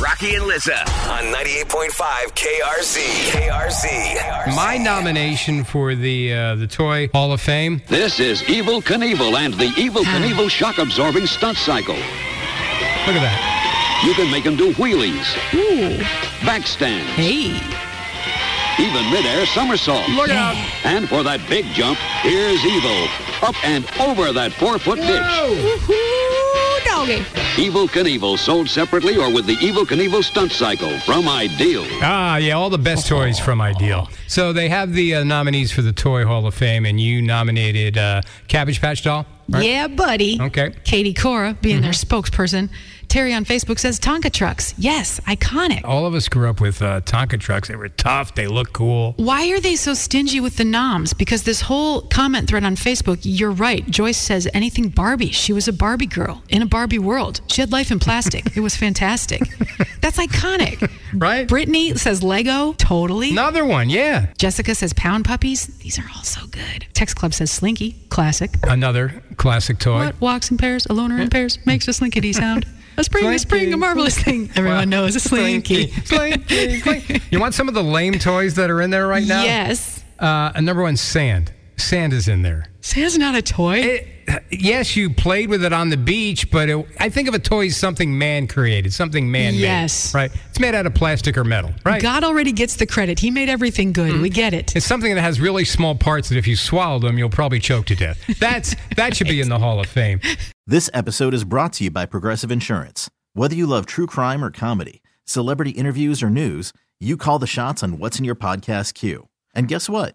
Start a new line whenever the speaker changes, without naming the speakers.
Rocky and Lissa on 98.5 KRZ. KRZ. KRZ.
My nomination for the uh, the toy Hall of Fame.
This is Evil Knievel and the Evil Knievel shock absorbing stunt cycle.
Look at that.
You can make him do wheelies,
Ooh.
backstands,
Hey.
even midair somersault. Look out! And for that big jump, here's Evil. Up and over that four foot ditch.
Woohoo, doggy.
Evil Knievel sold separately or with the Evil Knievel stunt cycle from Ideal.
Ah, yeah, all the best toys from Ideal. So they have the uh, nominees for the Toy Hall of Fame, and you nominated uh, Cabbage Patch Doll. right?
Yeah, buddy.
Okay. Mm-hmm.
Katie Cora being their spokesperson. Terry on Facebook says Tonka trucks. Yes, iconic.
All of us grew up with uh, Tonka trucks. They were tough. They looked cool.
Why are they so stingy with the noms? Because this whole comment thread on Facebook, you're right. Joyce says anything Barbie. She was a Barbie girl in a Barbie world. She had life in plastic. it was fantastic. That's iconic.
Right?
Brittany says Lego. Totally.
Another one, yeah.
Jessica says pound puppies. These are all so good. Text Club says slinky. Classic.
Another classic toy.
What walks in pairs, a loner in pairs, makes a slinkity sound. A spring, a spring, a
Slinky.
marvelous thing. Everyone knows a slinky.
Slinky, slinky. You want some of the lame toys that are in there right now?
Yes.
Uh, and number one, sand. Sand is in there.
Sand's not a toy.
It, yes, you played with it on the beach, but it, I think of a toy as something man created, something man made.
Yes.
Right? It's made out of plastic or metal, right?
God already gets the credit. He made everything good. We get it.
It's something that has really small parts that if you swallow them, you'll probably choke to death. That's That should be in the Hall of Fame.
This episode is brought to you by Progressive Insurance. Whether you love true crime or comedy, celebrity interviews or news, you call the shots on what's in your podcast queue. And guess what?